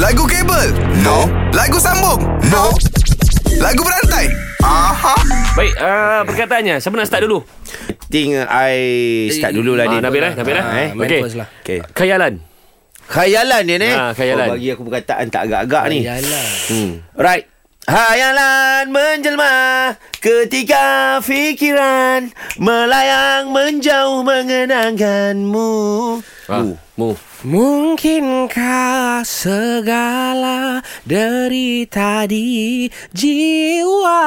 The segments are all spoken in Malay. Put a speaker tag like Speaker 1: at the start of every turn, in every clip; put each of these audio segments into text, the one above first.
Speaker 1: Lagu kabel? No. Lagu sambung? No. Lagu berantai? Aha.
Speaker 2: Baik, uh, perkataannya. Siapa nak start dulu?
Speaker 3: Think I start dulu lah
Speaker 2: Ah,
Speaker 3: ni.
Speaker 2: Nabil eh, Nabil eh.
Speaker 3: Ah,
Speaker 4: main
Speaker 2: Okey.
Speaker 4: first lah.
Speaker 3: Okay.
Speaker 2: Khayalan.
Speaker 3: Khayalan dia ni.
Speaker 2: Ah, khayalan.
Speaker 3: Oh, bagi aku perkataan tak agak-agak ni.
Speaker 4: Yalah.
Speaker 3: Hmm. Right. Hayalan menjelma ketika fikiran melayang menjauh mengenangkanmu.
Speaker 2: Ah,
Speaker 3: Uh.
Speaker 2: Mu.
Speaker 4: Mungkinkah segala derita di jiwa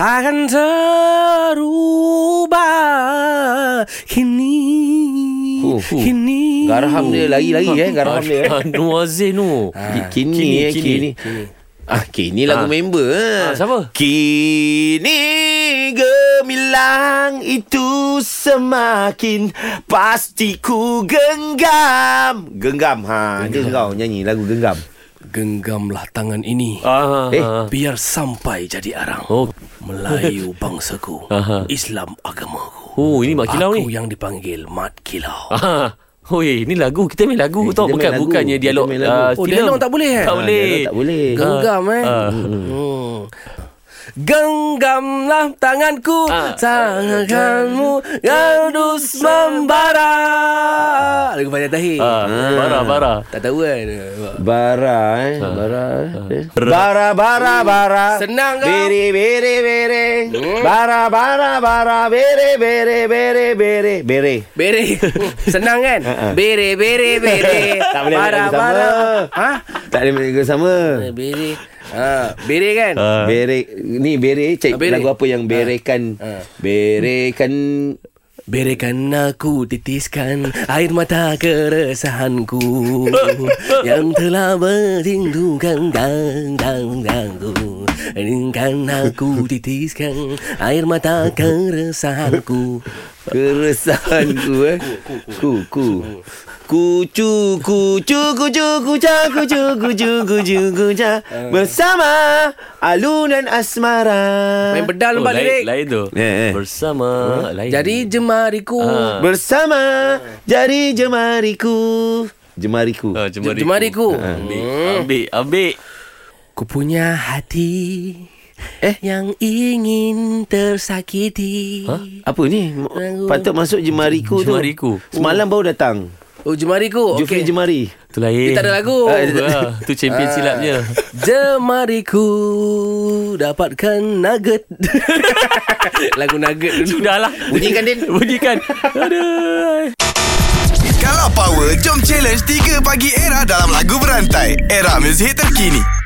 Speaker 4: akan terubah kini
Speaker 3: Uh, uh.
Speaker 4: kini
Speaker 3: Garham dia lagi-lagi
Speaker 2: Ah,
Speaker 3: eh garham dia. eh.
Speaker 2: Nuazin nu.
Speaker 3: Ki- Kini, kini, eh, kini. kini. Ah, kini
Speaker 2: Ah.
Speaker 3: lagu member.
Speaker 2: Ah,
Speaker 3: eh.
Speaker 2: siapa?
Speaker 3: Kini gemilang itu semakin pasti ku genggam. Genggam. Ha, dia kau nyanyi lagu genggam.
Speaker 4: genggamlah tangan ini
Speaker 2: Ah.
Speaker 3: Eh.
Speaker 2: ah.
Speaker 4: biar sampai jadi arang
Speaker 2: Oh.
Speaker 4: Melayu bangsaku
Speaker 2: Aha.
Speaker 4: Islam agamaku
Speaker 2: Oh, ini Mak Kilau
Speaker 4: Aku
Speaker 2: ni.
Speaker 4: yang dipanggil Mat Kilau
Speaker 2: Ah. Oi, ni lagu kita main lagu
Speaker 3: Eh,
Speaker 2: tau
Speaker 3: kita main
Speaker 2: bukan
Speaker 3: lagu.
Speaker 2: bukannya
Speaker 3: Kita
Speaker 2: dialog.
Speaker 3: main lagu.
Speaker 2: ah,
Speaker 4: Oh,
Speaker 2: filem.
Speaker 4: dialog tak boleh, eh?
Speaker 2: Tak
Speaker 4: Ah,
Speaker 2: boleh.
Speaker 3: dialog tak boleh.
Speaker 4: Genggam eh
Speaker 2: Ah.
Speaker 4: hmm. Genggamlah tanganku
Speaker 2: Ah.
Speaker 4: Tanganmu Gadus membara Lagu Fatih Tahir
Speaker 2: Ah, bara bara.
Speaker 4: Tak tahu kan
Speaker 3: Bara eh Bara eh. Bara bara bara
Speaker 4: Senang kau.
Speaker 3: Bere bere bere Bara bara bara Bere bere bere bere Bere
Speaker 4: Bere Senang kan
Speaker 3: ah.
Speaker 4: Bere bere bere
Speaker 3: Tak boleh ambil lagu sama
Speaker 4: Ha?
Speaker 3: Tak boleh ambil lagu sama
Speaker 4: Bere ha, Bere kan
Speaker 3: Ah. Bere Ni bere Cek
Speaker 4: Ah, bere.
Speaker 3: lagu apa yang berekan
Speaker 4: Ah.
Speaker 3: Berekan
Speaker 4: Berikan aku titiskan air mata keresahanku yang telah bertindukan dang dang dangku. Berikan aku titiskan air mata keresahanku.
Speaker 3: Keresahanku eh Ku ku Kucu kucu kucu kuca kucu kucu kucu kuca
Speaker 4: Ha.
Speaker 3: Bersama Alunan Asmara
Speaker 4: Main
Speaker 2: Oh,
Speaker 4: bedal lembab
Speaker 2: lain,
Speaker 4: lirik.
Speaker 2: lain tu.
Speaker 3: Eh, eh.
Speaker 2: Bersama lain.
Speaker 4: Jadi jemariku.
Speaker 2: Ah.
Speaker 3: Bersama jari jemariku. Jemariku.
Speaker 2: Ah, jemariku.
Speaker 4: Jemariku.
Speaker 2: Ambil, ambil, ambil.
Speaker 4: Ku punya hati eh yang ingin tersakiti.
Speaker 3: Apa ni? M- Patut masuk jemariku tu.
Speaker 2: Jemariku.
Speaker 3: Semalam baru datang.
Speaker 4: Oh jemariku.
Speaker 3: Jufri
Speaker 4: Okey.
Speaker 3: jemari.
Speaker 2: Tu lain.
Speaker 4: Dia tak ada lagu.
Speaker 2: Ah, dia tak ada. Ah, tu champion silapnya.
Speaker 4: Jemariku dapatkan nugget. Lagu nugget dulu.
Speaker 2: Sudahlah.
Speaker 3: Bunyikan, Din.
Speaker 2: Bunyikan. Aduh.
Speaker 1: Kalau power, jom challenge 3 pagi era dalam lagu berantai. Era muzik terkini.